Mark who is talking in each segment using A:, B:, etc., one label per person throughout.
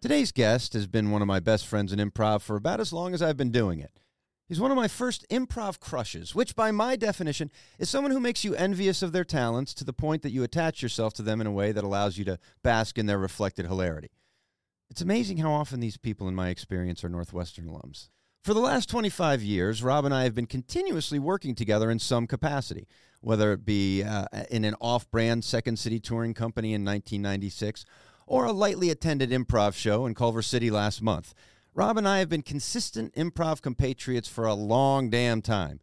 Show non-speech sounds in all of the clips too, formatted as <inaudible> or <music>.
A: Today's guest has been one of my best friends in improv for about as long as I've been doing it. He's one of my first improv crushes, which, by my definition, is someone who makes you envious of their talents to the point that you attach yourself to them in a way that allows you to bask in their reflected hilarity. It's amazing how often these people, in my experience, are Northwestern alums. For the last 25 years, Rob and I have been continuously working together in some capacity, whether it be uh, in an off brand Second City touring company in 1996 or a lightly attended improv show in Culver City last month. Rob and I have been consistent improv compatriots for a long damn time,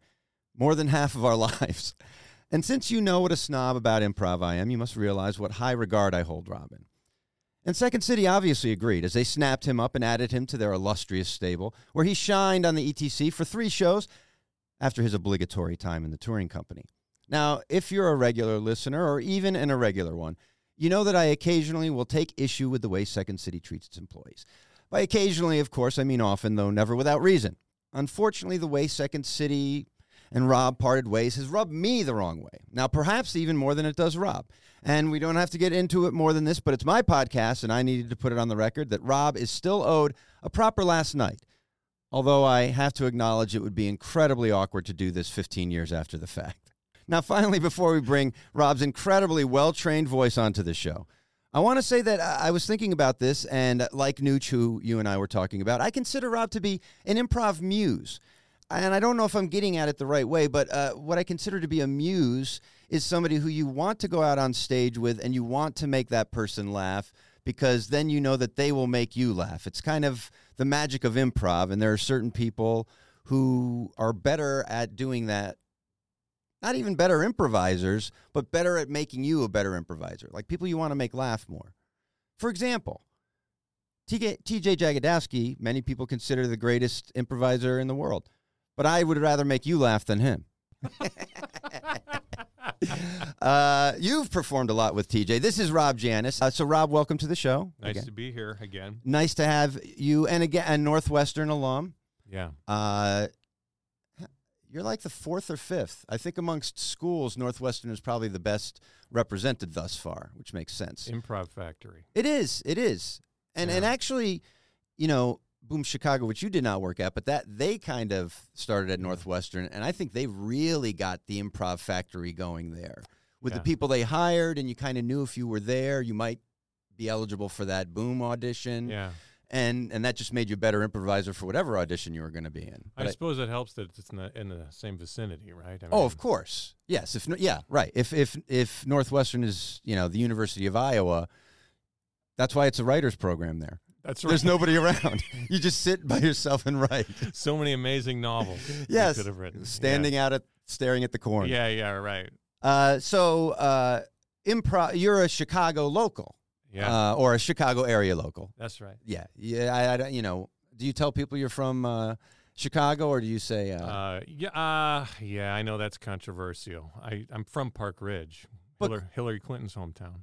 A: more than half of our <laughs> lives. And since you know what a snob about improv I am, you must realize what high regard I hold Rob in. And Second City obviously agreed as they snapped him up and added him to their illustrious stable, where he shined on the ETC for three shows after his obligatory time in the touring company. Now, if you're a regular listener or even an irregular one, you know that I occasionally will take issue with the way Second City treats its employees. By occasionally, of course, I mean often, though never without reason. Unfortunately, the way Second City and Rob parted ways has rubbed me the wrong way. Now, perhaps even more than it does Rob. And we don't have to get into it more than this, but it's my podcast, and I needed to put it on the record that Rob is still owed a proper last night. Although I have to acknowledge it would be incredibly awkward to do this 15 years after the fact. Now, finally, before we bring Rob's incredibly well trained voice onto the show, I want to say that I I was thinking about this, and like Nooch, who you and I were talking about, I consider Rob to be an improv muse. And I don't know if I'm getting at it the right way, but uh, what I consider to be a muse is somebody who you want to go out on stage with and you want to make that person laugh because then you know that they will make you laugh. It's kind of the magic of improv, and there are certain people who are better at doing that not even better improvisers, but better at making you a better improviser. Like people you want to make laugh more. For example, TJ, TJ Jagodowski, many people consider the greatest improviser in the world, but I would rather make you laugh than
B: <laughs>
A: him. uh, you've performed a lot with TJ. This is Rob Janis. Uh, so, Rob, welcome to the show.
B: Nice
A: again.
B: to be here again.
A: nice to have you, and again, a Northwestern alum.
B: Yeah.
A: Uh, you're like the fourth or fifth. I think amongst schools, Northwestern is probably the best represented thus far, which makes sense.
B: Improv Factory.
A: It is. It is. And and
B: Yeah.
A: actually, you know, Boom Chicago, which you did not work at, but that they kind of started at Northwestern, and I think they really got the improv factory going there with the
B: Yeah.
A: people they hired, and you kind of knew if you were there, you might be eligible for that Boom audition,
B: Yeah.
A: and and that just made you a better improviser for whatever audition you were going to be in.
B: I
A: But I-
B: suppose it helps that it's in the, in the same vicinity, right? I
A: Oh,
B: mean,
A: of course. Yes. If yeah, right. If if if Northwestern is you know the University of Iowa, that's why it's a writers program there.
B: That's right.
A: There's
B: <laughs>
A: nobody around. You just sit by yourself and write.
B: so many amazing novels. you
A: <laughs> Yes.
B: could have written.
A: Standing out at staring at the
B: Yeah.
A: corn.
B: Yeah. Yeah. Right.
A: Uh, so uh, improv. You're a Chicago local,
B: Yeah.
A: uh, or a Chicago area local.
B: that's right.
A: Yeah. Yeah. I, I don't- you know. Do you tell people you're from uh, Chicago, or do you say uh,
B: Uh, yeah. Uh, yeah. I know that's controversial. I I'm from Park Ridge,
A: But-
B: Hillary, Hillary Clinton's hometown.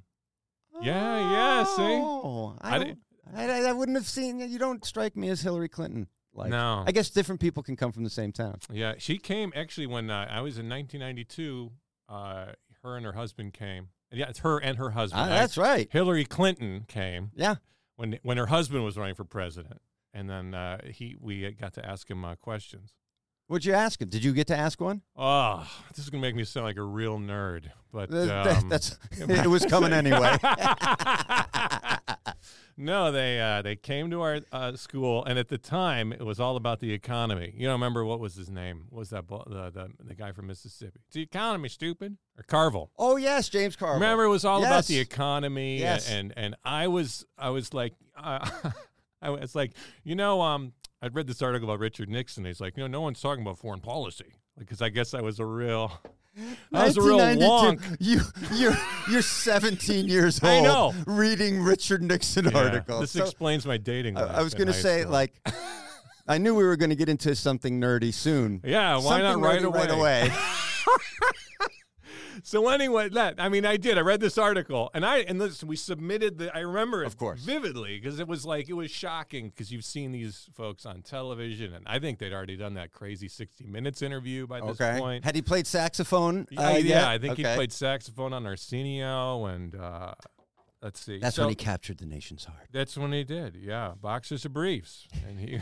B: yeah, yeah, see?
A: Oh, I,
B: I
A: don't- I, I, I wouldn't have seen you. Don't strike me as Hillary Clinton. Like,
B: no.
A: I guess different people can come from the same town.
B: yeah. She came actually when uh, I was in 1992. Uh, her and her husband came. Yeah, it's her and her husband.
A: Ah,
B: I-
A: that's right.
B: Hillary Clinton came.
A: Yeah.
B: when when her husband was running for president, and then uh, he we got to ask him uh, questions.
A: What'd you ask him? Did you get to ask one?
B: Oh, this is gonna make me sound like a real nerd, but
A: Th- th-
B: um, <laughs>
A: that's <laughs> it was coming anyway.
B: no, they uh, they came to our uh, school, and at the time it was all about the economy. You don't remember what was his name? What was that bo- the, the the guy from Mississippi? It's the economy, stupid or Carville.
A: Oh yes, James Carville.
B: Remember, it was all about the
A: Yes.
B: economy, and-
A: Yes.
B: and, and I was I was like, uh, <laughs> I was like, you know, um, I read this article about Richard Nixon. He's like, you know, no one's talking about foreign policy because I guess I was a real, I was a real
A: 1992.
B: wonk.
A: You you're you're 17 years old.
B: I know.
A: Reading Richard Nixon
B: Yeah,
A: articles.
B: This
A: So,
B: explains my dating.
A: I,
B: Life
A: I was
B: in
A: gonna
B: high
A: say
B: school.
A: like. I knew we were going to get into something nerdy soon.
B: <laughs> yeah, why not
A: Something
B: right
A: nerdy
B: away?
A: Right
B: <laughs>
A: away.
B: So anyway, that I mean, I did. I read this article, and I and listen, we submitted the. I remember it
A: Of course.
B: vividly because it was like it was shocking because you've seen these folks on television, and I think they'd already done that crazy sixty minutes interview by this
A: okay.
B: point.
A: Had he played saxophone?
B: Yeah,
A: uh,
B: yeah,
A: yet?
B: I think
A: Okay.
B: he played saxophone on Arsenio, and uh, let's see.
A: That's
B: so,
A: when he captured the nation's heart.
B: That's when he did. Yeah, boxers of briefs,
A: <laughs>
B: and he.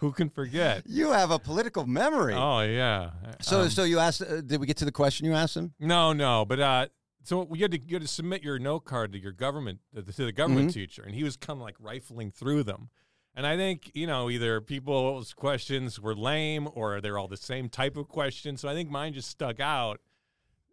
B: who can forget?
A: You have a political memory.
B: Oh yeah.
A: so,
B: Um,
A: so you asked? Uh, did we get to the question you asked him?
B: no, no, but uh, so you had to you had to submit your note card to your government to the, to the government
A: Mm-hmm.
B: teacher, and he was kind of like rifling through them. And I think you know either people's questions were lame or they're all the same type of question. So I think mine just stuck out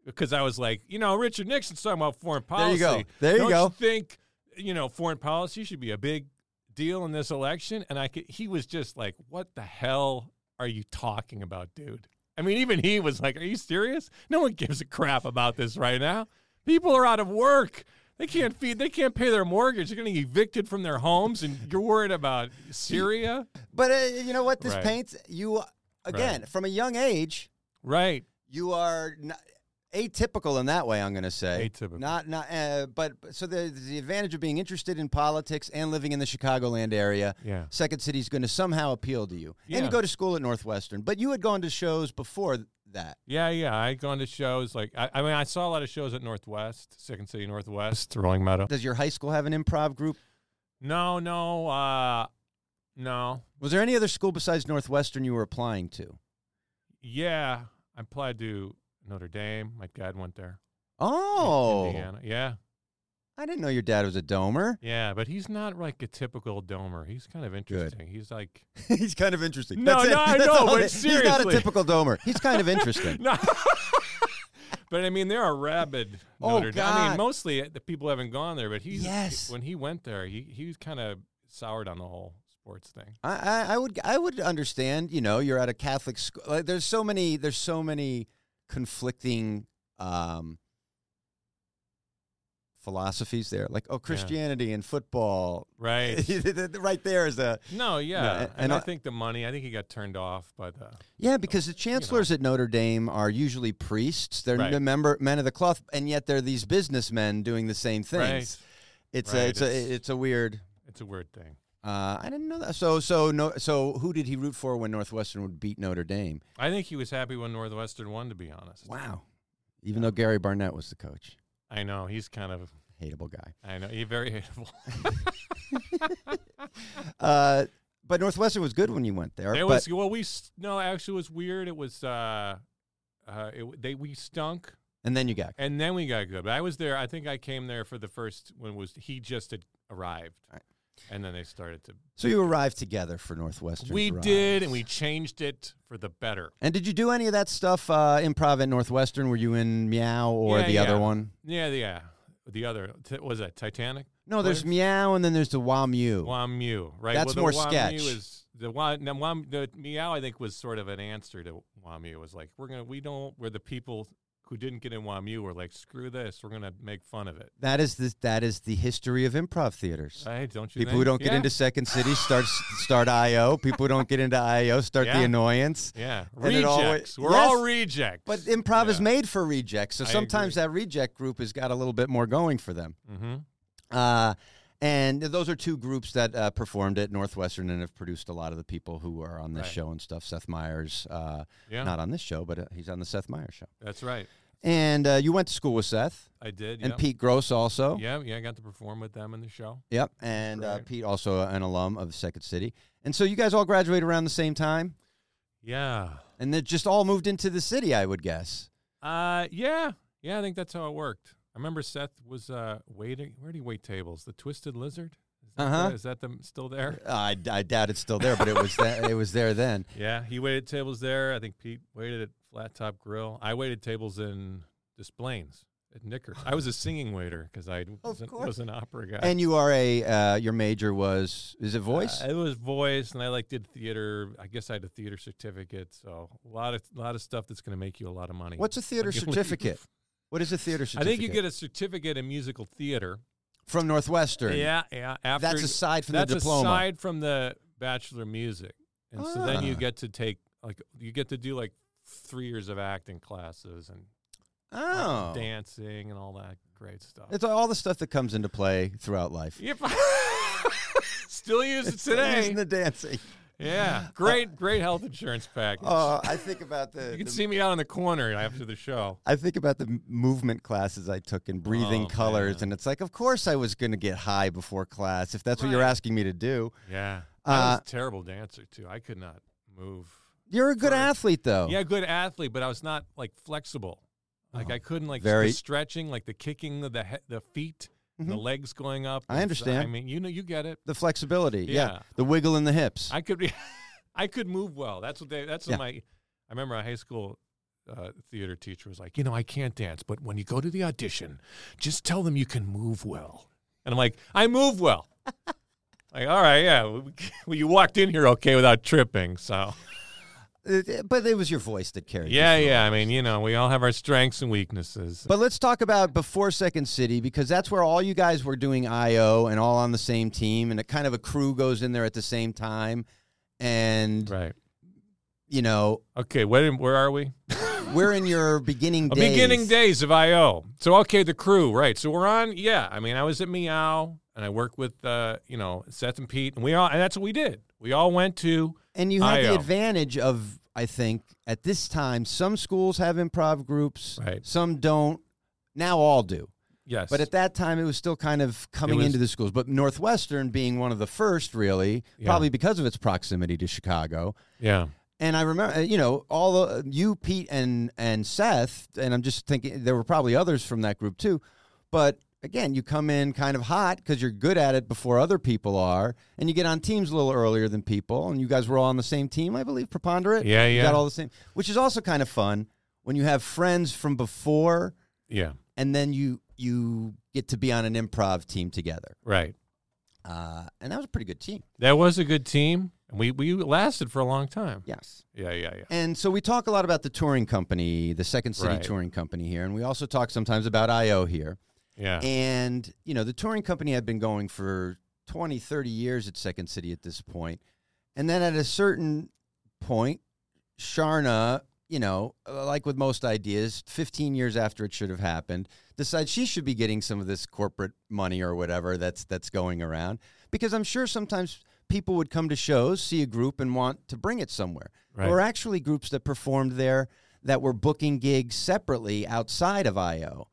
B: because I was like, you know, Richard Nixon's talking about foreign
A: There
B: policy.
A: you go. There you
B: Don't
A: go.
B: You think you know foreign policy should be a big deal in this election? And I could, he was just like, what the hell are you talking about, dude? I mean, even he was like, are you serious? No one gives a crap about this right now. People are out of work. They can't feed. They can't pay their mortgage. They're getting evicted from their homes, and you're worried about Syria,
A: But uh, you know what? This
B: Right.
A: paints you uh, again from a young age.
B: right?
A: You are not, atypical in that way. I'm going to say
B: Atypical.
A: Not not. Uh, but so the the advantage of being interested in politics and living in the Chicagoland area.
B: Yeah.
A: Second City's going to somehow appeal to you, and
B: Yeah.
A: you go to school at Northwestern. But you had gone to shows before that.
B: Yeah, yeah. I'd gone to shows like I, I mean, I saw a lot of shows at Northwest, Second City Northwest, Rolling Meadow.
A: Does your high school have an improv group?
B: No, no, uh no.
A: Was there any other school besides Northwestern you were applying to?
B: Yeah. I applied to Notre Dame. My dad went there. in
A: Oh,
B: Indiana. Yeah.
A: I didn't know your dad was a domer. <laughs>
B: Yeah. But he's not like a typical domer. He's kind of interesting. He's like
A: <laughs>
B: <laughs>
A: He's kind of interesting.
B: No,
A: That's it.
B: no, I
A: That's
B: know,
A: all
B: but
A: it- he's not a
B: seriously.
A: typical domer. He's kind
B: <laughs>
A: of interesting.
B: No. but I mean, there are rabid
A: Oh,
B: Notre Dame. I
A: God.
B: mean, mostly uh, the people haven't gone there, but he's
A: Yes.
B: when he went there, he he was kind of soured on the whole sports thing.
A: I, I, I would, I would understand. You know, you're at a Catholic school. Like, there's so many, there's so many conflicting um, philosophies there. Like, oh, Christianity and football.
B: Right.
A: <laughs> right there is a
B: No, yeah,
A: a-
B: and,
A: and
B: I,
A: I-
B: think the money. I think he got turned off by the.
A: Yeah, because the chancellors at Notre Dame are usually priests. They're
B: Right.
A: n- member men of the cloth, and yet they're these businessmen doing the same things. It's a
B: Right,
A: it's,
B: it's-
A: a it's a weird.
B: It's a weird thing.
A: Uh, I didn't know that. So so no. So who did he root for when Northwestern would beat Notre Dame?
B: I think he was happy when Northwestern won. To be honest,
A: Wow. Even though Gary Barnett was the coach,
B: I know he's kind of.
A: hateable guy.
B: I know he's very <laughs> hateable.
A: Uh, but Northwestern was good when you went there.
B: It
A: but
B: was well, we s- no, actually, it was weird. It was uh, uh, it, w- they we stunk,
A: and then you got.
B: and then we got good. But I was there. I think I came there for the first when it was he just had arrived,
A: Right.
B: and then they started to.
A: So you arrived together for Northwestern.
B: we did, and we changed it for the better.
A: And did you do any of that stuff uh, improv at Northwestern? Were you in Meow or
B: Yeah,
A: the other
B: yeah.
A: one?
B: Yeah, yeah. The other t- was that Titanic.
A: No, there's
B: Players?
A: meow and then there's the wamu.
B: Wamu, right?
A: That's
B: the
A: more
B: Wamu
A: sketch.
B: Is the Wa- now Wam, the meow? I think was sort of an answer to Wamu. It was like we're gonna we don't we're the people who didn't get in Wamu were like screw this. We're gonna make fun of it,
A: That is the that is the history of improv theaters.
B: right? Don't you?
A: People
B: think?
A: who don't get
B: Yeah.
A: into Second City start start IO. People who don't get into IO start the
B: Yeah.
A: annoyance.
B: yeah
A: and it
B: rejects.
A: always-
B: we're
A: Yes,
B: all rejects.
A: But improv is
B: Yeah.
A: made for rejects, so
B: I
A: sometimes
B: agree.
A: that reject group has got a little bit more going for them.
B: Mhm.
A: Uh, and those are two groups that uh, performed at Northwestern and have produced a lot of the people who are on this
B: Right.
A: show and stuff. Seth Meyers, uh,
B: Yeah.
A: not on this show, but uh, he's on the Seth Meyers show.
B: that's right.
A: And uh, you went to school with Seth
B: I did.
A: and
B: yeah.
A: Pete Gross also.
B: Yeah, yeah. I got to perform with them in the show.
A: Yep, and uh,
B: Right.
A: Pete also an alum of Second City, and so you guys all graduated around the same time,
B: Yeah.
A: and they just all moved into the city, I would guess.
B: Uh, yeah, yeah. I think that's how it worked. I remember Seth was uh waiting. Where did he wait tables? The Twisted Lizard. Is that,
A: Uh-huh.
B: the- is that them still there?
A: I, I doubt it's still there, but it was that, it was there
B: <laughs>
A: then.
B: Yeah, he waited tables there. I think Pete waited at Flat Top Grill. I waited tables in Displains at Knickers. I was a singing waiter because I was, an,
A: course.
B: was an opera guy.
A: And you are a uh, your major was is it voice?
B: Uh, it was voice, and I like did theater. I guess I had a theater certificate, so a lot of a lot of stuff that's going to make you a lot of money.
A: What's a theater
B: <laughs> when you leave.
A: certificate? What is a theater
B: I
A: certificate?
B: think you get a certificate in musical theater.
A: from Northwestern.
B: Yeah, yeah. After
A: that's aside from
B: that's
A: the diploma.
B: aside from the bachelor of music, and so then you
A: Ah.
B: get to take like you get to do like three years of acting classes and
A: oh,
B: dancing and all that great stuff.
A: it's all the stuff that comes into play throughout life.
B: Yep. <laughs> Still use it
A: <laughs>
B: today. <laughs>
A: Using the dancing.
B: Yeah, great, great health insurance package.
A: Uh, I think about the.
B: you can
A: the-
B: see me out in the corner after the show.
A: I think about the m- movement classes I took and breathing
B: Oh,
A: colors,
B: man.
A: and it's like, of course I was going to get high before class if that's what you're
B: Right.
A: asking me to do.
B: Yeah, I was
A: Uh,
B: a terrible dancer too. I could not move.
A: You're a good
B: Sure.
A: athlete, though.
B: Yeah, good athlete, but I was not like flexible. Like
A: Oh,
B: I couldn't like
A: very-
B: the stretching, like the kicking of the he- the feet, and the legs going up.
A: I
B: and s- Mm-hmm. I
A: understand.
B: mean, you know, you get it.
A: The flexibility. Yeah.
B: Yeah.
A: The wiggle in the hips.
B: I could be, <laughs> I could move well. That's what they. That's
A: Yeah.
B: what my. I remember a high school uh, theater teacher was like, you know, I can't dance, but when you go to the audition, just tell them you can move well. And I'm like, I
A: <laughs>
B: move well. like, all right, yeah. <laughs> Well, you walked in here okay without tripping, so
A: It- it- but it was your voice that carried you
B: yeah,
A: through.
B: yeah. I mean, you know, we all have our strengths and weaknesses.
A: But let's talk about before Second City because that's where all you guys were doing IO and all on the same team, and a kind of a crew goes in there at the same time. And,
B: right.
A: you know,
B: Okay. Where where are we?
A: we're in your beginning
B: Uh,
A: days.
B: Beginning days of IO. So okay, the crew, right? So we're on. Yeah, I mean, I was at Meow, and I worked with uh, you know Seth and Pete, and we all, and that's what we did. We all went to
A: And you have the
B: IO.
A: advantage of, I think, at this time, some schools have improv groups,
B: Right.
A: some don't. Now all do.
B: yes,
A: But at that time, it was still kind of coming
B: was-
A: into the schools. But Northwestern being one of the first, really,
B: Yeah.
A: probably because of its proximity to Chicago.
B: yeah,
A: And I remember, uh, you know, all the, you, Pete, and and Seth, and I'm just thinking there were probably others from that group too. But again, you come in kind of hot because you're good at it before other people are, and you get on teams a little earlier than people. And you guys were all on the same team, I believe, preponderate.
B: Yeah,
A: You
B: yeah.
A: got all the same, which is also kind of fun when you have friends from before,
B: yeah,
A: and then you you get to be on an improv team together.
B: right.
A: Uh, and that was a pretty good team.
B: That was a good team, and we we lasted for a long time.
A: Yes.
B: Yeah, yeah, yeah.
A: And so we talk a lot about the touring company, the Second City
B: Right.
A: touring company here, and we also talk sometimes about IO here.
B: Yeah,
A: And, you know, the touring company had been going for 20, 30 years at Second City at this point. And then at a certain point, Sharna, you know, uh, like with most ideas, 15 years after it should have happened, decides she should be getting some of this corporate money or whatever that's that's going around because I'm sure sometimes people would come to shows, see a group and want to bring it somewhere.
B: Right.
A: There were actually groups that performed there that were booking gigs separately outside of IO.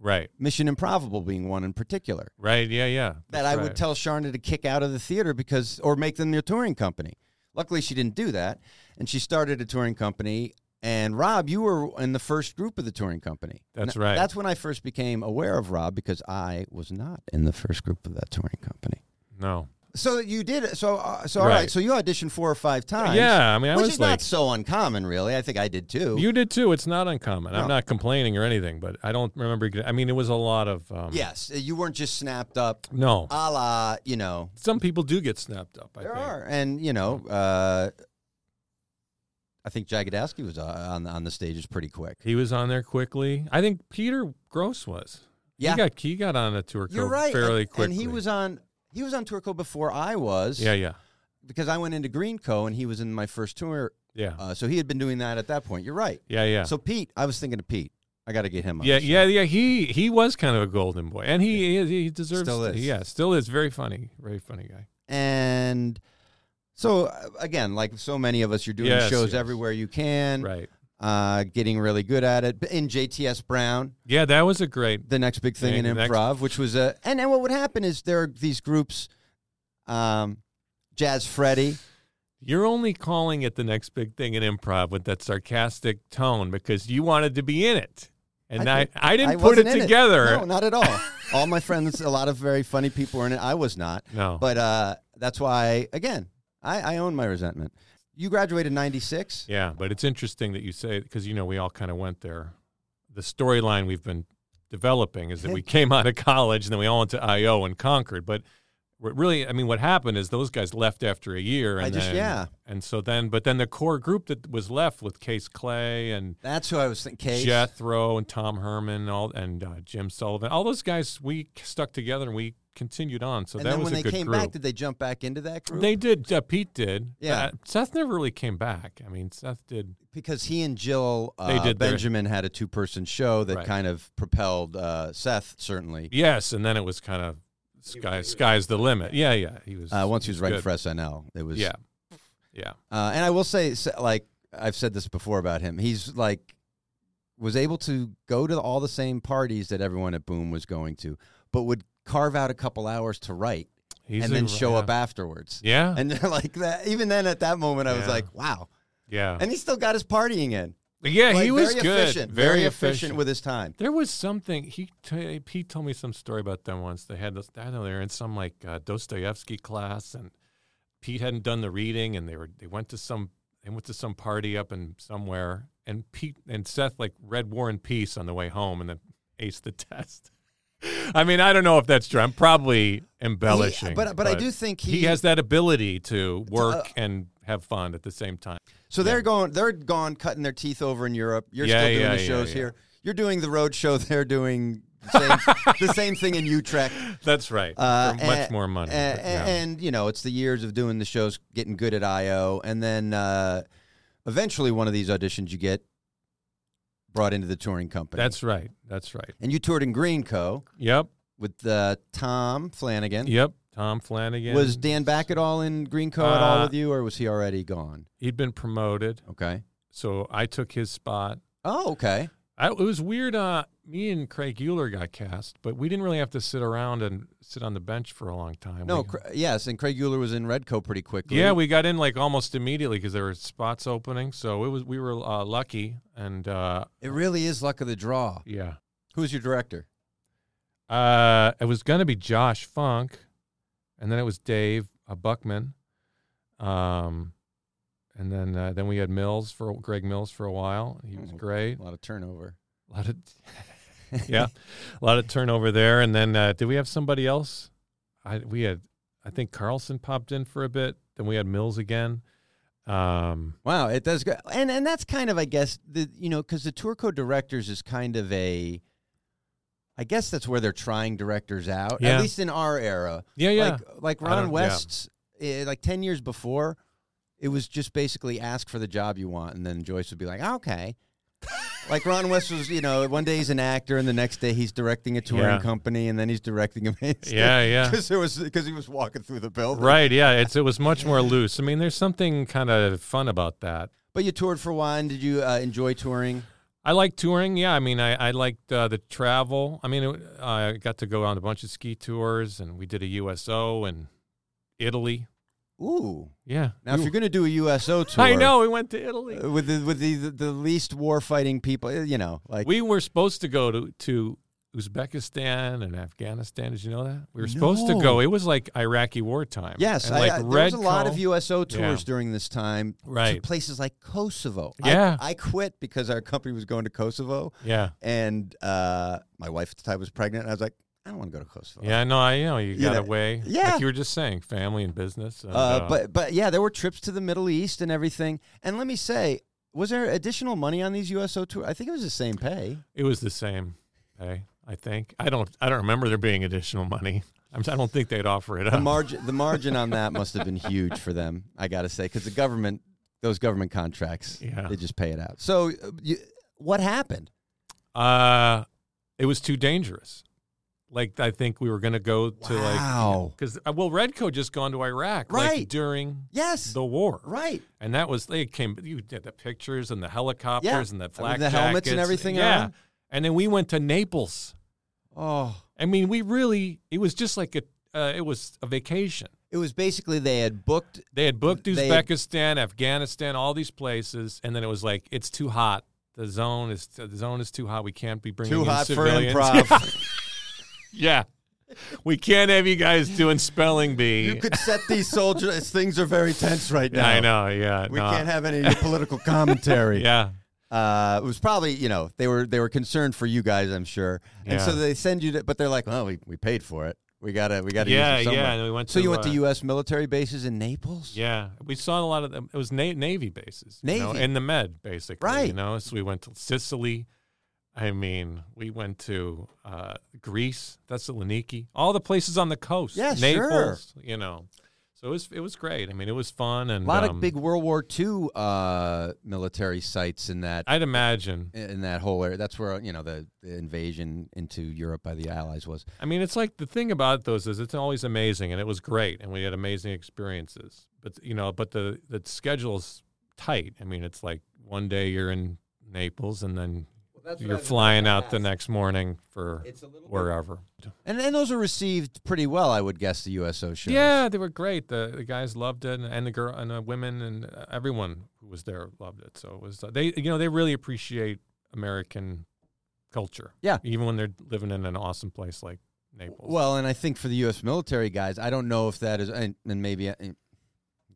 B: right,
A: Mission Improbable being one in particular
B: right. Yeah, yeah.
A: that
B: That's
A: I
B: right.
A: would tell Sharna to kick out of the theater because, or make them their touring company. Luckily, she didn't do that, and she started a touring company. And Rob, you were in the first group of the touring company.
B: That's
A: And
B: right.
A: That's when I first became aware of Rob because I was not in the first group of that touring company.
B: No.
A: So you did. So uh, so all right.
B: Right.
A: So you auditioned four or five times.
B: Yeah, I mean, I
A: which
B: was
A: is
B: like,
A: not so uncommon, really. I think I did too.
B: you did too. It's not uncommon.
A: No.
B: I'm not complaining or anything, but I don't remember. exa- I mean, it was a lot of um,
A: yes, you weren't just snapped up,
B: No,
A: a la you know.
B: some people do get snapped up. I
A: There
B: think.
A: are, and you know, uh, I think Jagodowski was uh, on on the stages pretty quick.
B: He was on there quickly. I think Peter Gross was.
A: Yeah.
B: he got he got on a tour
A: You're
B: co-
A: right,
B: fairly
A: and,
B: quickly.
A: and he was on he was on Tourco before I was,
B: yeah, yeah,
A: because I went into Greenco and he was in my first tour,
B: yeah,
A: uh, so he had been doing that at that point. You're right.
B: yeah, yeah.
A: So Pete, I was thinking of Pete. I got to get him. On
B: yeah,
A: the show.
B: yeah, yeah. He he was kind of a golden boy, and he he, he deserves.
A: Still is.
B: Yeah, still is very funny, very funny guy.
A: And so uh, again, like so many of us, you're doing
B: Yes,
A: shows
B: yes.
A: everywhere you can,
B: Right.
A: uh, getting really good at it. In JTS Brown,
B: Yeah, that was a great.
A: the next big thing
B: Thing,
A: in
B: the next-
A: improv, which was a and and what would happen is there are these groups, um, Jazz Freddy.
B: You're only calling it the next big thing in improv with that sarcastic tone because you wanted to be in it, and
A: I
B: I
A: did.
B: I, didn't put it
A: wasn't in
B: together.
A: No, not at all. all my friends, a lot of very funny people were in it. I was not,
B: No.
A: but uh, that's why again, I, I own my resentment. You graduated '96.
B: Yeah, but it's interesting that you say because you know we all kind of went there. The storyline we've been developing is that we came out of college and then we all went to IO and Concord. But what really, I mean, what happened is those guys left after a year. And
A: I just-
B: then-
A: yeah.
B: And so then, but then the core group that was left with Case Clay and
A: That's who I was thinking. Case.
B: Jethro and Tom Herman and all and uh, Jim Sullivan, all those guys, we stuck together and we continued on. So
A: and
B: that
A: then
B: was
A: when
B: a
A: they
B: good
A: came
B: group.
A: back, did they jump back into that group?
B: they did. Uh, Pete did.
A: Yeah.
B: Uh, Seth never really came back. I mean, Seth did.
A: because he and Jill uh,
B: They did their-
A: Benjamin had a two-person show that
B: Right.
A: kind of propelled uh, Seth certainly.
B: Yes, and then it was kind of sky sky's the limit. Yeah, yeah. He was
A: Uh, once he was writing
B: good.
A: for SNL, it was
B: Yeah, Yeah.
A: Uh, and I will say, s- like I've said this before about him, he's like was able to go to all the same parties that everyone at Boom was going to, but would carve out a couple hours to write
B: He's
A: and
B: a-
A: then show
B: yeah.
A: up afterwards.
B: Yeah.
A: And <laughs> like that, even then at that moment, I was
B: Yeah.
A: like, wow.
B: yeah.
A: And he still got his partying in.
B: yeah,
A: Like,
B: he was
A: very
B: good.
A: Efficient, very, efficient. with his time.
B: There was something he t- he told me some story about them once. They had this. I know they were in some like uh, Dostoevsky class, and Pete hadn't done the reading, and they were they went to some they went to some party up in somewhere, and Pete and Seth like read War and Peace on the way home, and then aced the <laughs> test. I mean, I don't know if that's true. I'm probably embellishing,
A: He- but, but I do think
B: he,
A: he,
B: has that ability to work
A: uh,
B: and have fun at the same time.
A: So they're going, they're gone cutting their teeth over in Europe. You're
B: Yeah,
A: still doing
B: yeah,
A: the
B: yeah,
A: shows
B: yeah.
A: here. You're doing the road show. <laughs> They're doing the same, the same thing in Utrecht.
B: That's right.
A: Uh,
B: For much
A: a-
B: more money.
A: a-
B: but yeah.
A: And you know, it's the years of doing the shows, getting good at IO, and then uh, eventually one of these auditions you get brought into the touring company.
B: That's right. That's right.
A: and you toured in Green Co.
B: Yep.
A: with uh, Tom Flanagan.
B: Yep. Tom Flanagan
A: Was Dan back at all in Green Co. at all
B: Uh,
A: with you, or was he already gone?
B: he'd been promoted,
A: Okay.
B: so I took his spot.
A: Oh, okay.
B: I, it was weird. Uh, me and Craig Euler got cast, but we didn't really have to sit around and sit on the bench for a long time.
A: No,
B: We-
A: cr- yes, and Craig Euler was in Redco pretty quickly.
B: yeah, we got in like almost immediately because there were spots opening. So it was we were uh, lucky, and uh,
A: it really is luck of the draw.
B: yeah,
A: Who's your director?
B: uh, it was gonna be Josh Funk, and then it was Dave uh, Buckman, um, and then uh, then we had Mills for Greg Mills for a while. He was
A: Oh,
B: great.
A: A lot of turnover.
B: A lot of yeah, a lot of turnover there. And then uh, did we have somebody else? I we had I think Carlson popped in for a bit. Then we had Mills again. Um,
A: <laughs> Wow, it does go, and and that's kind of I guess the you know because the tour co directors is kind of a, I guess that's where they're trying directors out
B: Yeah.
A: at least in our era.
B: yeah, yeah,
A: Like like
B: I
A: Ron
B: don't-
A: West's eh, like ten years before, it was just basically ask for the job you want, and then Joyce would be like,
B: <laughs>
A: okay. like Ron West was, you know, one day he's an actor, and the next day he's directing a touring
B: Yeah.
A: company, and then he's directing a <laughs>
B: yeah, yeah.
A: because there was because he was walking through the building.
B: Right, yeah. It's it was much more loose. I mean, there's something kind of fun about that.
A: But you toured for a while. and Did you uh, enjoy touring?
B: I like touring. Yeah, I mean, I, I liked uh, the travel. I mean, it, I got to go on a bunch of ski tours, and we did a USO and Italy.
A: Ooh.
B: Yeah,
A: Now, if
B: We-
A: you're going to do a USO tour,
B: <laughs> I know we went to Italy.
A: uh, with the, with the, the, the least war fighting people, uh, you know, like
B: we were supposed to go to, to Uzbekistan and Afghanistan. Did you know that? We were supposed to
A: No.
B: go. It was like Iraqi wartime.
A: yes,
B: and
A: I,
B: like
A: I- there
B: Red
A: was a lot of
B: Col-
A: USO tours
B: Yeah.
A: during this time to
B: Right.
A: places like Kosovo. I-
B: Yeah.
A: I, quit because our company was going to Kosovo,
B: Yeah,
A: and uh, my wife at the time was pregnant. And I was like, I don't want to go to Kosovo.
B: yeah. No, I know you
A: You
B: got
A: know,
B: away.
A: yeah.
B: like you were just saying, family and business. and,
A: Uh, but but yeah, there were trips to the Middle East and everything. And let me say, was there additional money on these USO tours? I think it was the same pay.
B: it was the same pay. I think I don't. I don't remember there being additional money. <laughs> I'm, I don't think they'd offer it
A: the
B: <laughs> up.
A: margin the margin on that must have been huge for them. I got to say because the government those government contracts
B: Yeah.
A: they just pay it out. So uh, you, what happened?
B: uh, it was too dangerous. Like I think we were going to go to
A: Wow.
B: like because well, Redco just gone to Iraq
A: Right.
B: like, during
A: Yes,
B: the war.
A: right.
B: And that was they came. You had the pictures and the helicopters and the flak
A: the helmets and
B: jackets.
A: everything
B: Yeah.
A: on.
B: And then we went to Naples.
A: Oh,
B: I mean, we really. It was just like a. Uh, it was a vacation.
A: it was basically they had booked.
B: They had booked
A: They had-
B: Uzbekistan, Afghanistan, all these places, and then it was like it's too hot. The zone is the zone is too hot. We can't be bringing
A: Too
B: in
A: hot for
B: civilians. <laughs>
A: improv.
B: yeah, we can't have you guys doing spelling bee.
A: you could set these soldiers. Things are very tense right now.
B: I know. Yeah,
A: We
B: no.
A: can't have any of your political commentary.
B: Yeah,
A: uh, it was probably you know they were they were concerned for you guys, I'm sure, and
B: Yeah.
A: so they send you. to But they're like, well, we, we paid for it. We gotta we gotta
B: yeah,
A: use it somewhere.
B: yeah. And we went
A: So
B: to,
A: you went to
B: uh,
A: U.S. military bases in Naples?
B: Yeah, we saw a lot of them. It was na- Navy bases, you know,
A: Navy.
B: and the Med, basically,
A: Right.
B: You know, so we went to Sicily. I mean, we went to uh, Greece, Thessaloniki, all the places on the coast.
A: Yeah, sure.
B: Naples, you know. So it was it was great. I mean, it was fun and
A: A lot
B: um,
A: of big World War II uh, military sites in that
B: I'd imagine.
A: in that whole area. That's where you know the, the invasion into Europe by the Allies was.
B: I mean, it's like the thing about those is it's always amazing, and it was great, and we had amazing experiences. but you know, but the the schedule's tight. I mean, it's like one day you're in Naples and then
C: Well, that's what I
B: you're
C: was about
B: flying
C: to
B: out the
C: ask.
B: next morning for
C: It's a little bit
B: wherever.
A: And and those are received pretty well, I would guess. The USO shows.
B: Yeah, they were great. The the guys loved it, and, and the girl and the women and uh, everyone who was there loved it. So it was uh, they you know they really appreciate American culture.
A: Yeah.
B: even when they're living in an awesome place like Naples.
A: Well, and I think for the U.S. military guys, I don't know if that is, and, and maybe uh,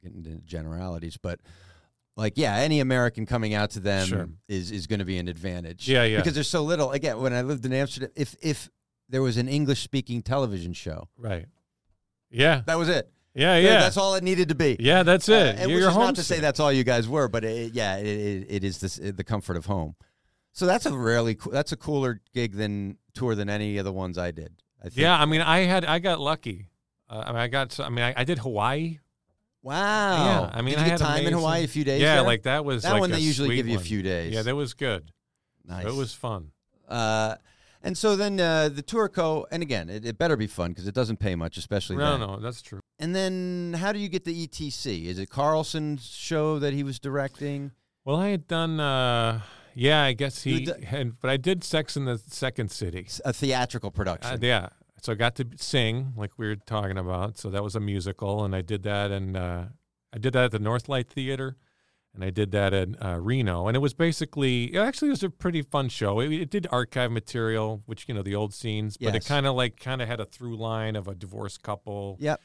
A: getting into generalities, but like, yeah, any American coming out to them
B: Sure.
A: is is going to be an advantage.
B: Yeah, yeah.
A: Because there's so little. Again, when I lived in Amsterdam, if if there was an English speaking television show,
B: right. Yeah,
A: that was it.
B: yeah, yeah.
A: that's all it needed to be.
B: yeah, that's it.
A: Uh, and
B: You're
A: which
B: your
A: is
B: home
A: not to say that's all you guys were, but it, yeah, it, it, it is this, the comfort of home. So that's a really coo- that's a cooler gig than tour than any of the ones I did. I think.
B: Yeah, I mean, I had I got lucky. Uh, I mean, I got. I mean, I, I did Hawaii.
A: Wow.
B: Yeah, I mean,
A: Oh. Did you
B: I
A: get
B: had
A: time in
B: amazing-
A: Hawaii a few days.
B: yeah,
A: there?
B: like that was
A: that
B: like
A: one.
B: a
A: They usually
B: sweet
A: give you a
B: one.
A: few days.
B: Yeah, that was good.
A: nice.
B: It was fun.
A: Uh, and so then uh, the Tourco, and again, it, it better be fun because it doesn't pay much, especially
B: No,
A: then.
B: no, that's true.
A: And then how do you get the ETC? Is it Carlson's show that he was directing?
B: Well, I had done. uh Yeah, I guess
A: You
B: he
A: d-
B: had, but I did Sex in the Second City.
A: It's a theatrical production.
B: Uh, yeah, so I got to sing like we were talking about. So that was a musical, and I did that, and uh, I did that at the Northlight Theater, and I did that at uh, Reno, and it was basically it actually was a pretty fun show. It, it did archive material, which you know the old scenes, but
A: Yes.
B: it kind of like kind of had a through line of a divorced couple
A: Yep.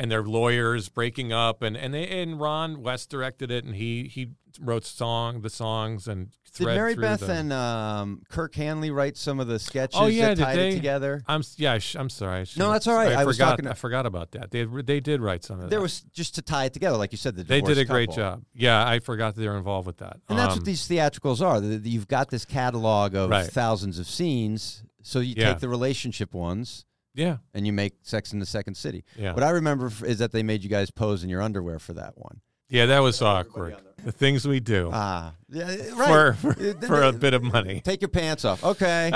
B: and their lawyers breaking up and and they, and Ron West directed it and he he wrote song the songs and
A: Did
B: thread
A: Mary
B: through
A: Beth
B: the- Oh,
A: and um, Kirk Hanley write some of the sketches
B: yeah,
A: that
B: did
A: tied it
B: they?
A: together?
B: I'm s- yeah I sh- I'm sorry I should-
A: that's all right.
B: I,
A: I was
B: forgot
A: talking to-
B: I forgot about that they they did write some of
A: There
B: that.
A: was just to tie it together, like you said. The
B: Uh, they did
A: divorced
B: a great
A: couple.
B: job yeah I forgot they were involved with that
A: And that's
B: Um,
A: what these theatricals are. The- the- You've got this catalog of
B: Right.
A: thousands of scenes, so you
B: Yeah.
A: take the relationship ones
B: yeah
A: and you make Sex in the Second City.
B: yeah
A: What I remember f- is that they made you guys pose in your underwear for that one.
B: yeah that was
C: Put everybody
B: awkward
C: on there.
B: the things we do
A: Ah, yeah, right.
B: for <laughs>
A: Uh,
B: for,
A: th-
B: for a
A: th-
B: bit of money
A: Take your pants off.
B: <laughs>
A: Okay.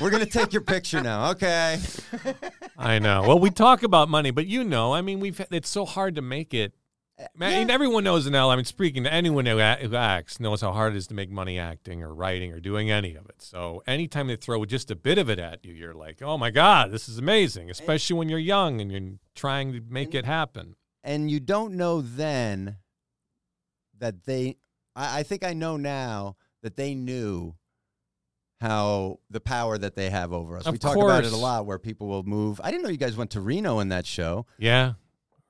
A: We're gonna take your picture now. Okay.
B: I know well we talk about money but you know I mean we've it's so hard to make it Man,
A: Yeah.
B: and everyone knows in L. I mean, speaking to anyone who, a- who acts knows how hard it is to make money acting or writing or doing any of it. So anytime they throw just a bit of it at you, you're like, oh my god, this is amazing. Especially when you're young and you're trying to make it happen.
A: and you don't know then that they I, I think I know now that they knew how the power that they have over us.
B: Of
A: we talk about it a
B: course.
A: lot where people will move. I didn't know you guys went to Reno in that show.
B: Yeah,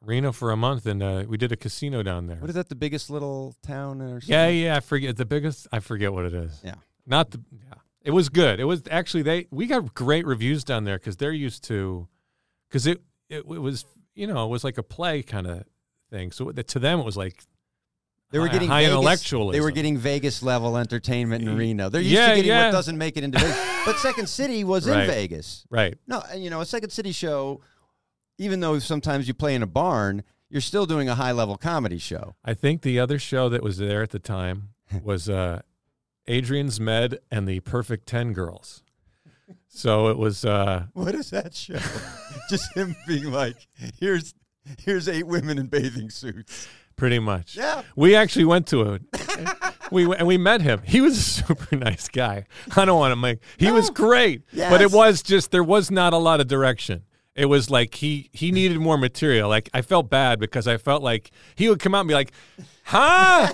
B: Reno for a month, and uh, we did a casino down there.
A: What is that the biggest little town or something?
B: yeah, yeah, I forget the biggest. I forget what it is.
A: Yeah.
B: not the. Yeah, it was good. It was actually they we got great reviews down there because they're used to, because it, it it was you know it was like a play kind of thing. So it- to them it was like
A: They were
B: high-
A: getting
B: high
A: Vegas,
B: intellectualism.
A: They were getting Vegas level entertainment in Reno. They're used
B: Yeah,
A: to getting
B: yeah.
A: what doesn't make it into Vegas.
B: <laughs>
A: But Second City was in
B: Right.
A: Vegas.
B: right.
A: No, and you know, a Second City show, even though sometimes you play in a barn, you're still doing a high level comedy show.
B: I think the other show that was there at the
A: <laughs>
B: time was uh, Adrian's Med and the Perfect Ten Girls. So it was. Uh,
A: What is that show? <laughs> Just him being like, here's here's eight women in bathing suits.
B: Pretty much.
A: Yeah.
B: We actually went to it. we went- and we met him. He was a super <laughs> nice guy. I don't want to make. He was great, but
A: Yes.
B: it was just there was not a lot of direction. It was like he he needed more material. Like I felt bad because I felt like he would come out and be like, "Huh?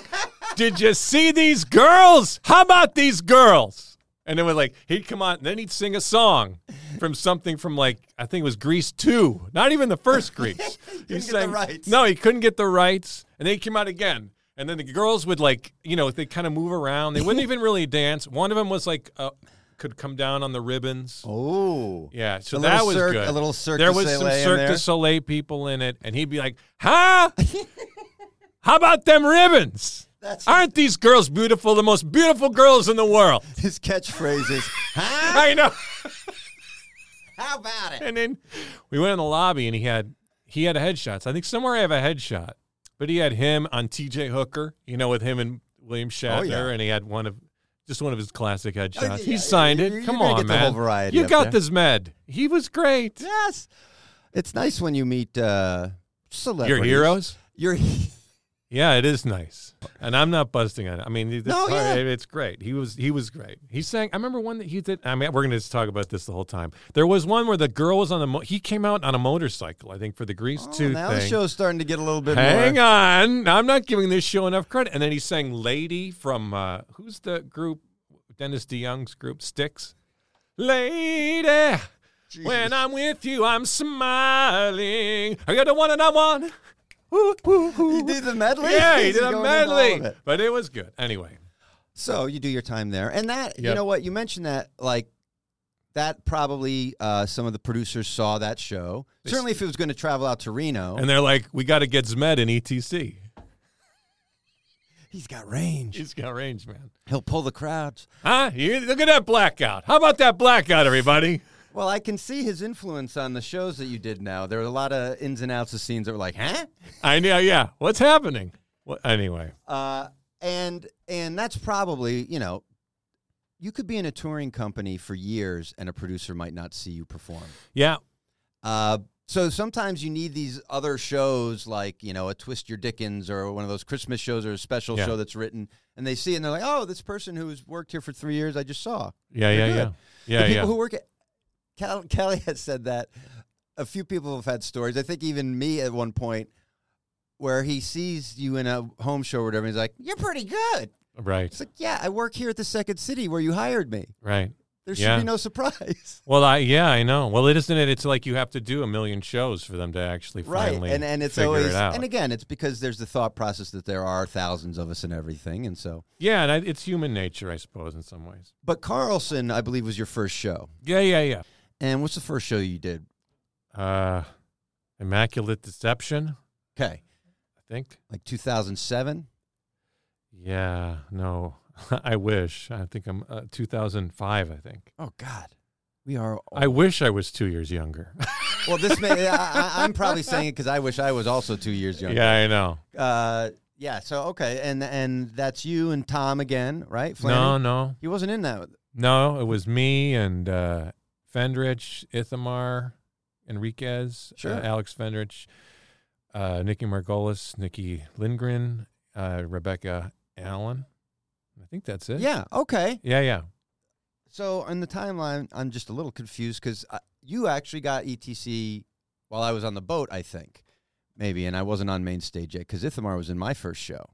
B: Did you see these girls? How about these girls?" And then would like he'd come on, and then he'd sing a song from something from like I think it was Grease Two, not even the first Grease. he
A: get the rights.
B: no, he couldn't get the rights, and then he came out again. And then the girls would like, you know, they kind of move around.
A: <laughs>
B: They wouldn't even really dance. One of them was like, uh, could come down on the ribbons.
A: Oh.
B: Yeah,
A: A
B: so
A: little
B: that was
A: Cirque-
B: good.
A: a little Cirque
B: There
A: du
B: was some
A: Soleil in
B: Cirque
A: there.
B: du Soleil people in it, and he'd be like, "Huh?
A: <laughs>
B: How about them ribbons?
A: That's-
B: Aren't these girls beautiful? The most beautiful girls in
A: <laughs>
B: the world."
A: His catchphrase is, huh?
B: I know.
A: How about it?
B: <laughs> and then we went in the lobby and he had he had headshots. I think somewhere I have a headshot, but he had him on T.J. Hooker, you know, with him and William Shatner,
A: Oh, yeah. Oh,
B: and he had one of just one of his classic headshots.
A: yeah,
B: he
A: yeah,
B: signed
A: you-
B: it.
A: you're
B: Come
A: gonna
B: on,
A: get the
B: man,
A: whole variety
B: you
A: up
B: got
A: there.
B: this med. He was great.
A: Yes. It's nice when you meet uh, celebrities.
B: Your heroes?
A: Your he-
B: Yeah, it is nice, and I'm not busting on it. I mean, it's,
A: No, yeah.
B: it's great. He was he was great. He sang. I remember one that he did. I mean, we're going to just talk about this the whole time. There was one where the girl was on the. Mo- he came out on a motorcycle, I think, for the Grease
A: Oh,
B: Two
A: now the
B: thing.
A: show's starting to get a little bit
B: Hang
A: more.
B: on, I'm not giving this show enough credit. And then he sang "Lady" from uh, who's the group? Dennis DeYoung's group, Sticks. Lady, when I'm with you, I'm smiling. Are you the one that I want? Woo, woo, woo.
A: You did the medley?
B: Yeah, he
A: He's
B: did a
A: going into all of
B: medley,
A: it.
B: but it was good. Anyway,
A: So you do your time there, and that you
B: Yep.
A: know what you mentioned that like that probably uh, some of the producers saw that show.
B: They
A: Certainly, if it was going to travel out to Reno,
B: and they're like, "We got to get Zmed in E ETC."
A: he's got range.
B: He's got range, man.
A: He'll pull the crowds.
B: Huh? You, look at that blackout. How about that blackout, everybody?
A: Well, I can see his influence on the shows that you did. Now there are a lot of ins and outs of scenes that were like, huh?
B: I know. Yeah, what's happening? Well, anyway,
A: Uh, and and that's probably you know. You could be in a touring company for years, and a producer might not see you perform.
B: yeah,
A: Uh, so sometimes you need these other shows, like you know, a Twist Your Dickens or one of those Christmas shows or a special
B: Yeah.
A: show that's written, and they see it and they're like, "Oh, this person who's worked here for three years, I just saw."
B: yeah, yeah,
A: They're
B: yeah,
A: good.
B: yeah,
A: the people
B: yeah.
A: who work at Cal- <laughs> Kelly has said that. A few people have had stories. I think even me at one point, where he sees you in a home show or whatever, and he's like, "You're pretty good."
B: right,
A: It's like, "Yeah, I work here at the Second City where you hired me.
B: right.
A: There should
B: Yeah.
A: be no surprise."
B: Well, I yeah, I know. Well, it isn't it. It's like you have to do a million shows for them to actually
A: right
B: finally
A: and and it's
B: figure
A: always
B: it out.
A: and again it's because there's the thought process that there are thousands of us and everything and so
B: yeah, and I, it's human nature, I suppose, in some ways.
A: but carlson i believe was your first show
B: Yeah, yeah,
A: and what's the first show you did
B: yeah. Uh, Immaculate Deception,
A: okay
B: I think.
A: like 2007
B: Yeah, no, <laughs> I wish. I think I'm uh, 2005. I think.
A: oh god we are
B: I wish I was two years younger.
A: <laughs>
B: <laughs>
A: well this may I, I, i'm probably saying it because i wish i was also two years younger
B: yeah, I know.
A: yeah. uh yeah so okay and and that's you and tom again right
B: No,
A: Flannery?
B: no,
A: he wasn't in that
B: no. It was me and uh, Fendrich, Ithamar, Enriquez,
A: Sure.
B: uh, Alex Fendrich, uh, Nikki Margolis, Nikki Lindgren, uh, Rebecca Allen. I think that's it.
A: yeah okay
B: yeah, yeah.
A: So on the timeline, I'm just a little confused because you actually got ETC while I was on the boat, I think, maybe, and I wasn't on main stage yet because Ithamar was in my first show.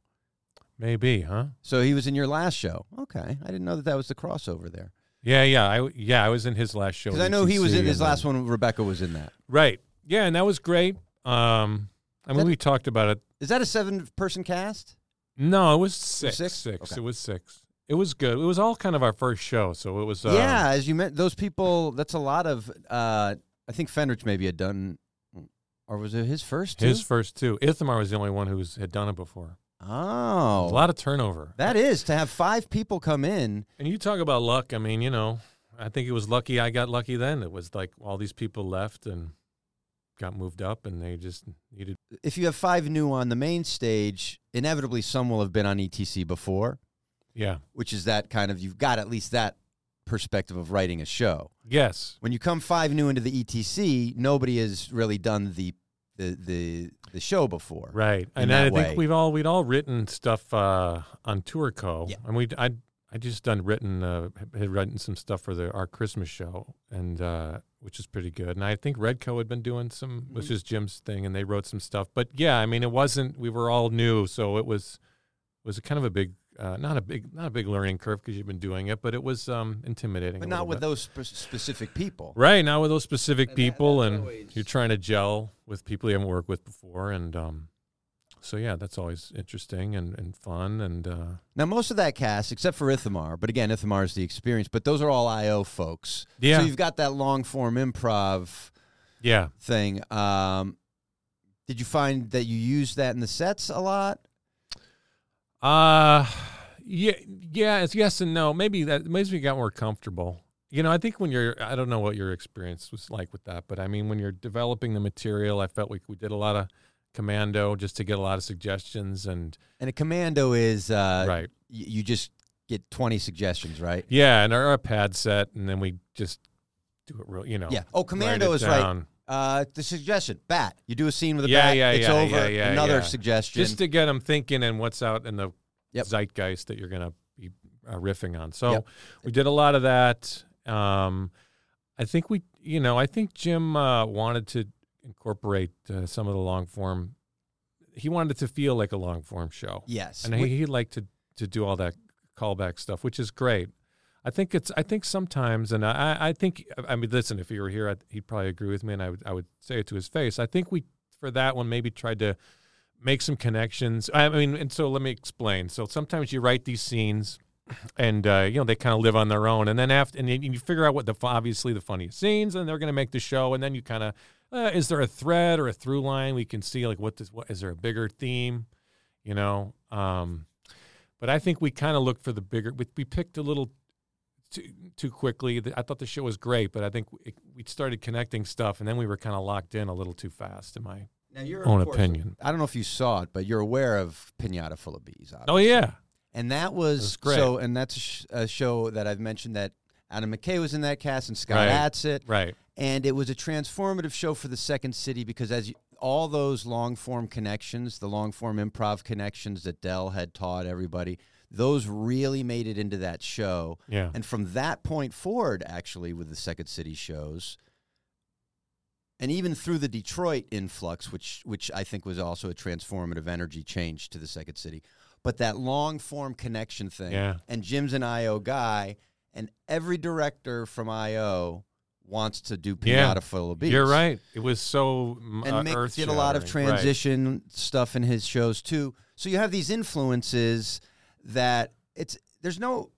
B: Maybe, huh?
A: So he was in your last show. Okay, I didn't know that that was the crossover there
B: Yeah, yeah. I yeah, I was E in his last show.
A: because I know he was in his last one. Rebecca was in that.
B: Right. Yeah, and that was great. Um, I mean,
A: That-
B: we talked about it
A: Is that a seven-person cast?
B: No, it was six.
A: six?
B: six?
A: Okay.
B: It was six. It was good. It was all kind of our first show, so it was. Uh,
A: yeah, as you meant those people. That's a lot of. Uh, I think Fenrich maybe had done, or was it his first?
B: His
A: too?
B: first two. Ithamar was the only one who was, had done it before. A
A: oh,
B: lot of turnover.
A: that is to have five people come in.
B: and you talk about luck. I mean, you know, I think it was lucky I got lucky then. It was like all these people left and got moved up, and they just needed.
A: if you have five new on the main stage, inevitably some will have been on ETC before,
B: Yeah.
A: which is that kind of you've got at least that perspective of writing a show.
B: Yes.
A: When you come five new into the ETC, nobody has really done the the the, the show before.
B: Right. and
A: that
B: I think
A: way.
B: we've all we'd all written stuff uh, on Tour Co.
A: Yeah.
B: And we I I just done written uh, had written some stuff for the our Christmas show and uh, which is pretty good. And I think Redco had been doing some
A: Mm-hmm.
B: which is Jim's thing and they wrote some stuff. But yeah, I mean it wasn't we were all new, so it was was kind of a big uh, not a big not a big learning curve because you've been doing it, but it was um, intimidating.
A: But
B: a
A: not
B: little
A: with
B: bit.
A: those spe- specific people.
B: Right now with those specific
A: And that-
B: people,
A: that's
B: and
A: always-
B: you're trying to gel with people you haven't worked with before, and um, so yeah, that's always interesting and, and fun, and uh,
A: Now most of that cast, except for Ithamar, but again Ithamar is the experience. But those are all IO folks.
B: yeah,
A: So you've got that long form improv
B: yeah,
A: thing. Um, did you find that you used that in the sets a lot?
B: uh, yeah, yeah. It's yes and no. Maybe that maybe we got more comfortable. You know, I think when you're, I don't know what your experience was like with that, but I mean, when you're developing the material, I felt we we did a lot of commando just to get a lot of suggestions and
A: And a commando is uh,
B: right.
A: y- you just get 20 suggestions, right?
B: Yeah, and our, our pad set, and then we just do it real, you know.
A: Yeah. Oh, commando
B: write it
A: is right.
B: down.
A: Uh, the suggestion, bat. You do a scene with a
B: Yeah,
A: bat.
B: yeah,
A: it's
B: yeah,
A: over.
B: yeah, yeah,
A: Another
B: yeah.
A: suggestion.
B: just to get them thinking and what's out in the
A: Yep.
B: zeitgeist that you're going to be uh, riffing on. So
A: Yep.
B: we did a lot of that. Um, I think we, you know, I think Jim uh, wanted to incorporate uh, some of the long form. He wanted it to feel like a long form show,
A: yes.
B: and he, he liked to to do all that callback stuff, which is great. I think it's. I think sometimes, and I. I- I think. I mean, listen. If he were here, I, he'd probably agree with me, and I would. I would say it to his face. I think we for that one maybe tried to make some connections. I mean, and so let me explain. So sometimes you write these scenes, and uh, you know they kind of live on their own, and then after, and then you figure out what the fu- obviously the funniest scenes, and they're going to make the show, and then you kind of. Uh, is there a thread or a through line we can see? Like, what does what is there a bigger theme? You know, um, but I think we kind of looked for the bigger. We, we picked a little too too quickly. The- I thought the show was great, but I think it, we started connecting stuff, and then we were kind of locked in a little too fast, in my
A: now you're
B: own
A: of course-
B: opinion.
A: I don't know if you saw it, but you're aware of Pinata Full of Bees. Obviously.
B: Oh yeah,
A: And that was,
B: That's great.
A: so, and that's a, sh- a show that I've mentioned that Adam McKay was in that cast and Scott
B: Right.
A: Adsit.
B: right.
A: And it was a transformative show for the Second City because as you, all those long form connections, the long form improv connections that Dell had taught everybody, those really made it into that show.
B: Yeah.
A: And from that point forward, actually, with the Second City shows, and even through the Detroit influx, which which I think was also a transformative energy change to the Second City, but that long form connection thing,
B: Yeah.
A: and Jim's an IO guy, and every director from IO wants to do
B: Yeah.
A: Pinata Full of Beats.
B: You're right. It was so mm,
A: And
B: uh,
A: Mick did a
B: earth-shattering.
A: lot of
B: Right.
A: transition stuff in his shows too. So you have these influences that it's there's no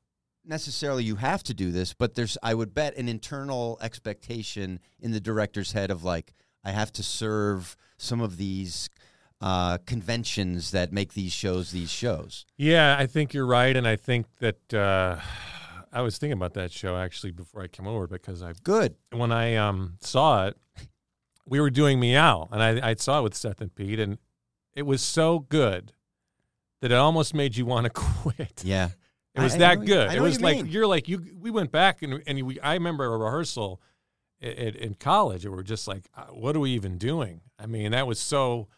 A: necessarily you have to do this, but there's I would bet an internal expectation in the director's head of like I have to serve some of these uh, conventions that make these shows these shows.
B: Yeah, I think you're right, and I think that uh, <sighs> I was thinking about that show actually before I came over because I
A: Good.
B: when I um, saw it, we were doing Meow, and I, I saw it with Seth and Pete, and it was so good that it almost made you want to <laughs> quit. <laughs>
A: Yeah.
B: It was
A: I- I
B: that
A: know what you-
B: good.
A: I
B: it
A: know what
B: was
A: you
B: like
A: mean.
B: you're like you. We went back and and we. I remember a rehearsal i- in, in college. And we are just like, uh, what are we even doing? I mean, that was so.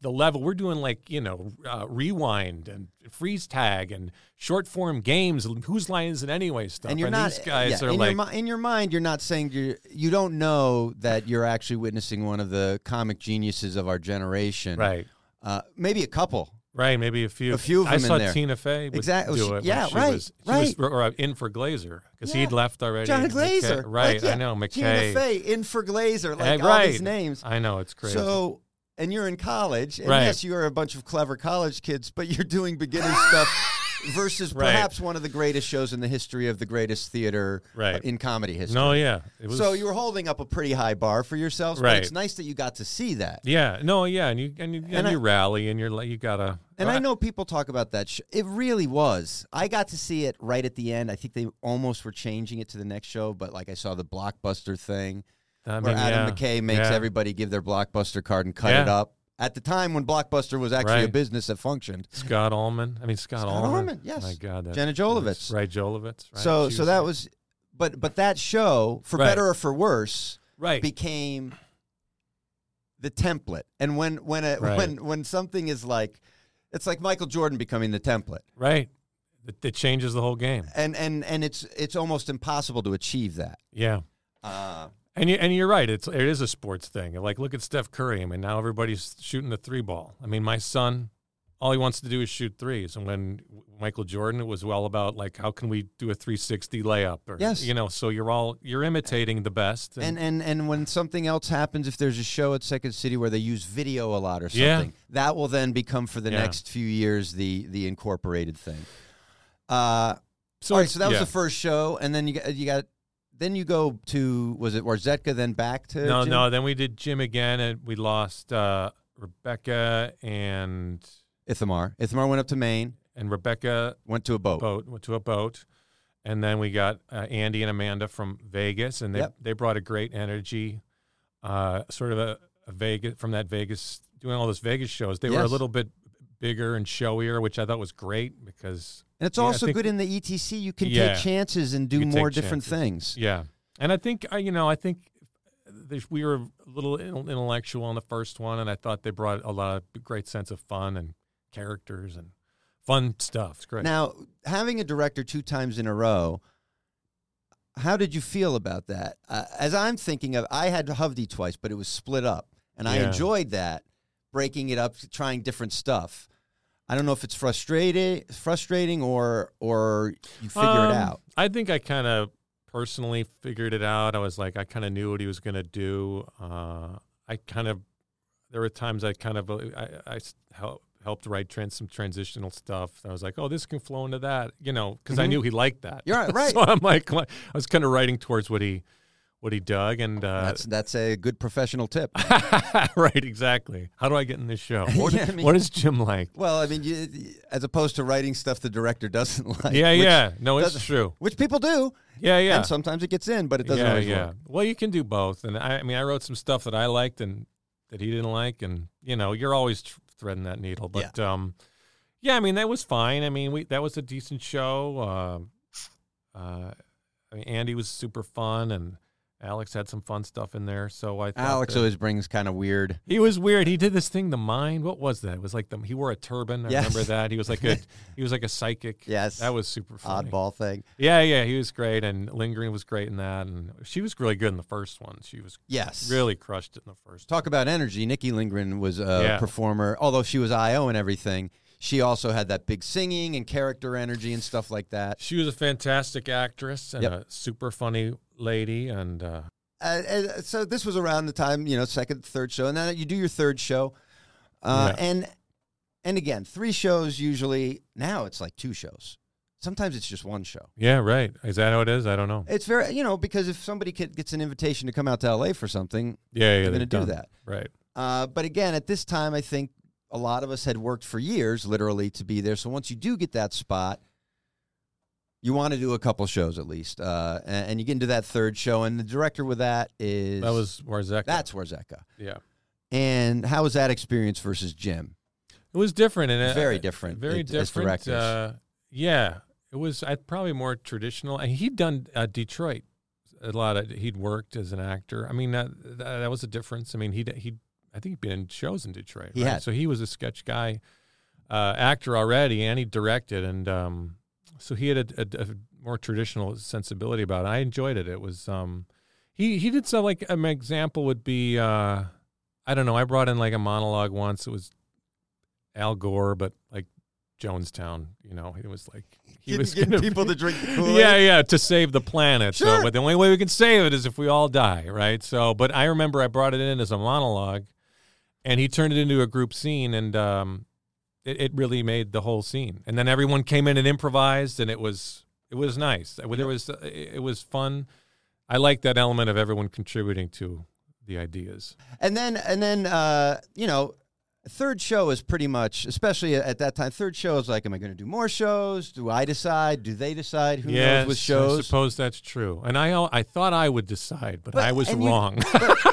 B: The level we're doing, like you know, uh, rewind and freeze tag and short form games. Whose line is it anyway? Stuff.
A: And you're not
B: these guys
A: yeah,
B: are
A: in
B: like,
A: your, mi- in your mind you're not saying you you don't know that you're actually witnessing one of the comic geniuses of our generation.
B: right,
A: Uh, maybe a couple.
B: right. Maybe a few.
A: A few of
B: I
A: them in
B: saw
A: there.
B: Tina Fey. would
A: Exactly.
B: Do
A: She-
B: it when
A: yeah,
B: She
A: right,
B: Was, she was-
A: right.
B: or uh, in for Glazer because
A: Yeah.
B: he'd left already.
A: John
B: McKay-
A: Glazer.
B: right.
A: Like, yeah,
B: I know McKay.
A: Tina Fey, in for Glazer, like
B: Yeah,
A: all
B: right.
A: these names.
B: I know it's crazy.
A: So, and you're in college, and
B: Right.
A: yes, you are a bunch of clever college kids, but you're doing beginner
B: <laughs>
A: stuff versus
B: Right.
A: perhaps one of the greatest shows in the history of the greatest theater uh,
B: Right.
A: in comedy history.
B: no, yeah, it was,
A: so you were holding up a pretty high bar for yourselves, but
B: Right.
A: it's nice that you got to see that.
B: yeah, no, yeah, and you and you, and
A: And I-
B: you rally and you're like you gotta
A: And I know people talk about that. Sh- it really was. I got to see it right at the end. I think they almost were changing it to the next show, but like I saw the blockbuster thing.
B: I mean,
A: where Adam
B: yeah,
A: McKay makes
B: yeah,
A: everybody give their Blockbuster card and cut it
B: Yeah.
A: up. At the time when Blockbuster was actually a
B: Right.
A: business that functioned,
B: Scott Allman. I mean Scott,
A: Scott
B: Allman.
A: Allman, yes.
B: my God, that,
A: Jenna Jolovitz.
B: right, Jolovitz. Right,
A: so
B: she
A: so that was, but but that show, for
B: Right.
A: better or for worse,
B: right.
A: became the template. And when when a,
B: Right.
A: when when something is like, it's like Michael Jordan becoming the template,
B: right, that, that changes the whole game.
A: and and and it's it's almost impossible to achieve that.
B: Yeah.
A: Uh,
B: And you and you're right. It's it is a sports thing. Like look at Steph Curry. I mean now everybody's shooting the three ball. I mean my son, all he wants to do is shoot threes. And when Michael Jordan it was all about like how can we do a 360 layup or
A: Yes.
B: you know. So you're all you're imitating the best.
A: and, and and when something else happens, if there's a show at Second City where they use video a lot or something,
B: Yeah.
A: that will then become for the
B: Yeah.
A: next few years the the incorporated thing. Uh,
B: so
A: all right,
B: it's-
A: so that was
B: yeah.
A: the first show, and then you got, you got then you go to was it Warzetka, then back to
B: No,
A: Jim?
B: no. Then we did Jim again, and we lost uh, Rebecca and
A: Ithamar. Ithamar went up to Maine,
B: and Rebecca
A: went to a boat.
B: boat went to a boat, and then we got uh, Andy and Amanda from Vegas, and they
A: Yep.
B: they brought a great energy, uh, sort of a, a Vegas from that Vegas doing all those Vegas shows. They were a
A: Yes.
B: little bit bigger and showier, which I thought was great because
A: And it's
B: Yeah, I
A: also
B: think-
A: good in the ETC. You can
B: Yeah.
A: take chances and do
B: You can
A: more
B: take
A: different
B: chances.
A: things.
B: yeah, and I think uh, you know I think there's- we were a little in- intellectual on the first one, and I thought they brought a lot of great sense of fun and characters and fun stuff. It's great.
A: Now, having a director two times in a row, how did you feel about that? Uh, as I'm thinking of, I had Hovde twice, but it was split up, and I
B: Yeah.
A: enjoyed that, breaking it up, trying different stuff. I don't know if it's frustrating, frustrating, or or you figure it
B: Um,
A: out.
B: I think I kind of personally figured it out. I was like, I kind of knew what he was going to do. Uh, I kind of, there were times I kind of, uh, I, I s- help, helped write trans, some transitional stuff. I was like, oh, this can flow into that, you know, because I
A: Mhm.
B: knew he liked that.
A: You're
B: <laughs>
A: right, right.
B: so I'm like, I was kind of writing towards what he, what he dug, and uh, <laughs>
A: that's that's a good professional tip.
B: right, exactly. How do I get in
A: <laughs>
B: this show? What,
A: Yeah, I mean-
B: what is Jim like?
A: well, I mean, you, as opposed to writing stuff the director doesn't <laughs> like.
B: yeah,
A: which,
B: yeah. No, it's
A: doesn't-
B: true.
A: Which people do,
B: Yeah, yeah.
A: and sometimes it gets in, but it doesn't
B: yeah,
A: always
B: yeah.
A: work.
B: Well, you can do both, and I, I mean, I wrote some stuff that I liked and that he didn't like, and you know, you're always tr- threading that needle. But yeah. um, yeah, I mean, that was fine. I mean, we that was a decent show. Uh, uh, I mean, Andy was super fun, and Alex had some fun stuff in there. So I thought
A: Alex
B: that-
A: always brings kind of weird.
B: He was weird. He did this thing, the mind. What was that? It was like the he wore a turban. I
A: Yes.
B: remember that. He was
A: <laughs>
B: like a he was like a psychic.
A: Yes.
B: That was super funny.
A: oddball thing.
B: Yeah, yeah. He was great and Lindgren was great in that. And she was really good in the first one. She was
A: Yes.
B: really crushed it in the first
A: Talk about energy. Nikki Lindgren was a
B: Yeah.
A: performer, although she was IO and everything. She also had that big singing and character energy and stuff like that.
B: She was a fantastic actress and
A: Yep.
B: a super funny lady and uh
A: Uh, and so this was around the time, you know, second, third show, and then you do your third show, uh,
B: Yeah.
A: and and again, three shows usually. Now it's like two shows. Sometimes it's just one show.
B: yeah, right. Is that how it is? I don't know.
A: It's very, you know, because if somebody get- gets an invitation to come out to LA for something,
B: Yeah, yeah.
A: they're going to
B: they've
A: do
B: done-
A: that.
B: Right.
A: Uh, but again, at this time, I think a lot of us had worked for years, literally, to be there. So once you do get that spot, you want to do a couple shows at least, uh, a- and, you get into that third show. And the director with that is
B: That was Warzek.
A: that's Warzeka.
B: yeah.
A: And how was that experience versus Jim?
B: It was different and uh,
A: Very different
B: Very
A: it- as
B: different.
A: directors.
B: uh, yeah, it was I, probably more traditional. And he'd done uh, Detroit a lot. Of, he'd worked as an actor. I mean, that, that, that was a difference. I mean, he he I think he'd been in shows in Detroit.
A: He
B: right?
A: had.
B: So he was a sketch guy, uh, actor already, and he directed, and um, so he had a, a- a more traditional sensibility about it. I enjoyed it. It was um, he he did some like an example would be uh, I don't know. I brought in like a monologue once. It was Al Gore, but like Jonestown. You know, it was like he was gonna
A: to
B: <laughs>
A: drink.
B: yeah, yeah, to save the planet.
A: Sure.
B: So, but the only way we can save it is if we all die, right? So, but I remember I brought it in as a monologue, and he turned it into a group scene, and um, it, it really made the whole scene. And then everyone came in and improvised, and it was it was nice. There was it was fun. I like that element of everyone contributing to the ideas.
A: And then and then uh, you know, third show is pretty much, especially at that time. Third show is like, am I going to do more shows? Do I decide? Do they decide? Who knows with
B: I
A: shows?
B: suppose that's true. And I al- I thought I would decide, but,
A: But-
B: I was
A: and you-
B: wrong.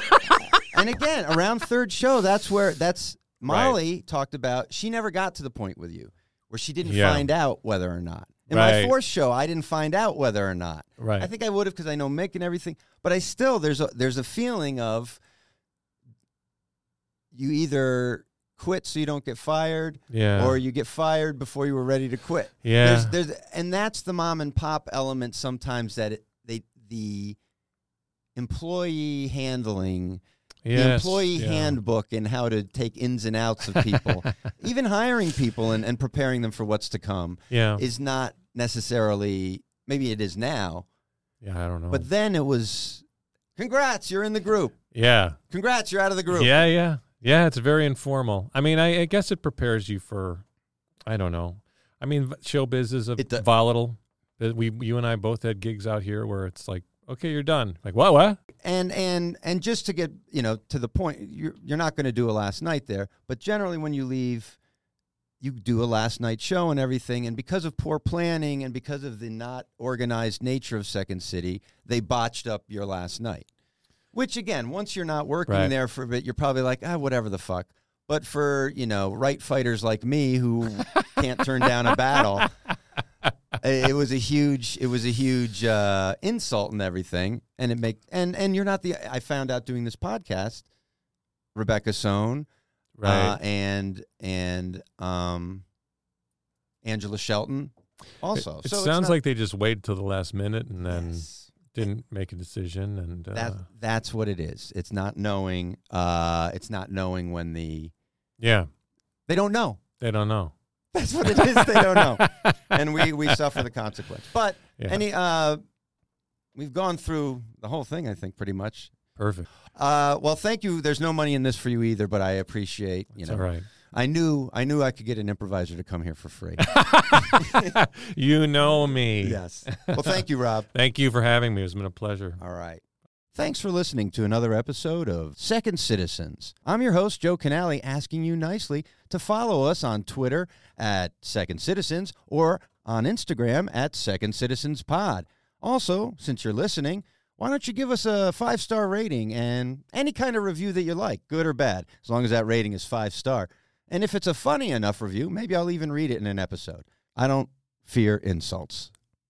B: <laughs>
A: and again, around third show, that's where that's
B: Right.
A: Molly talked about. She never got to the point with you where she didn't
B: Yeah.
A: find out whether or not. In my
B: Right.
A: fourth show, I didn't find out whether or not.
B: right.
A: I think I would have because I know Mick and everything. But I still there's a there's a feeling of you either quit so you don't get fired,
B: yeah.
A: or you get fired before you were ready to quit.
B: yeah.
A: There's, there's, and that's the mom and pop element sometimes that it, they the employee handling the
B: Yes,
A: employee
B: yeah.
A: handbook and how to take ins and outs of
B: <laughs>
A: people even hiring people and, and preparing them for what's to come
B: Yeah.
A: is not necessarily maybe it is now
B: yeah, I don't know.
A: but then it was congrats you're in the group
B: yeah.
A: congrats you're out of the group
B: Yeah, yeah. Yeah, it's very informal. I mean, I, I guess it prepares you for I don't know. I mean, v- showbiz is a
A: It do-
B: volatile. Uh, We you and I both had gigs out here where it's like, okay, you're done. Like, what
A: Uh,
B: what?
A: and and and just to get you know to the point you're you're not going to do a last night there but generally when you leave you do a last night show and everything and because of poor planning and because of the not organized nature of second city they botched up your last night which again once you're not working
B: Right.
A: there for a bit you're probably like ah whatever the fuck but for you know right fighters like me who can't turn down a battle it, it was a huge it was a huge uh, insult and everything and it make and and you're not the i found out doing this podcast rebecca sohn uh,
B: right.
A: and and um angela shelton also
B: it
A: So it's
B: sounds
A: not-
B: like they just waited till the last minute and then
A: Yes.
B: didn't make a decision. And uh,
A: that that's what it is it's not knowing uh it's not knowing when the
B: yeah,
A: they don't know <laughs>
B: they don't know.
A: that's what it is they don't
B: <laughs>
A: know and we we suffer the consequence but
B: Yeah.
A: any uh we've gone through the whole thing i think pretty much
B: Perfect.
A: Uh, well, thank you. There's no money in this for you either, but I appreciate. You
B: It's
A: know,
B: all right.
A: I knew I knew I could get an improviser to come here for free.
B: you know me.
A: yes. Well, thank you, Rob.
B: Thank you for having me. It's been a pleasure.
A: All right. Thanks for listening to another episode of Second Citizens. I'm your host, Joe Canale, asking you nicely to follow us on Twitter at Second Citizens or on Instagram at Second Citizens Pod. Also, since you're listening, why don't you give us a five star rating and any kind of review that you like, good or bad, as long as that rating is five star. And if it's a funny enough review, maybe I'll even read it in an episode. I don't fear insults.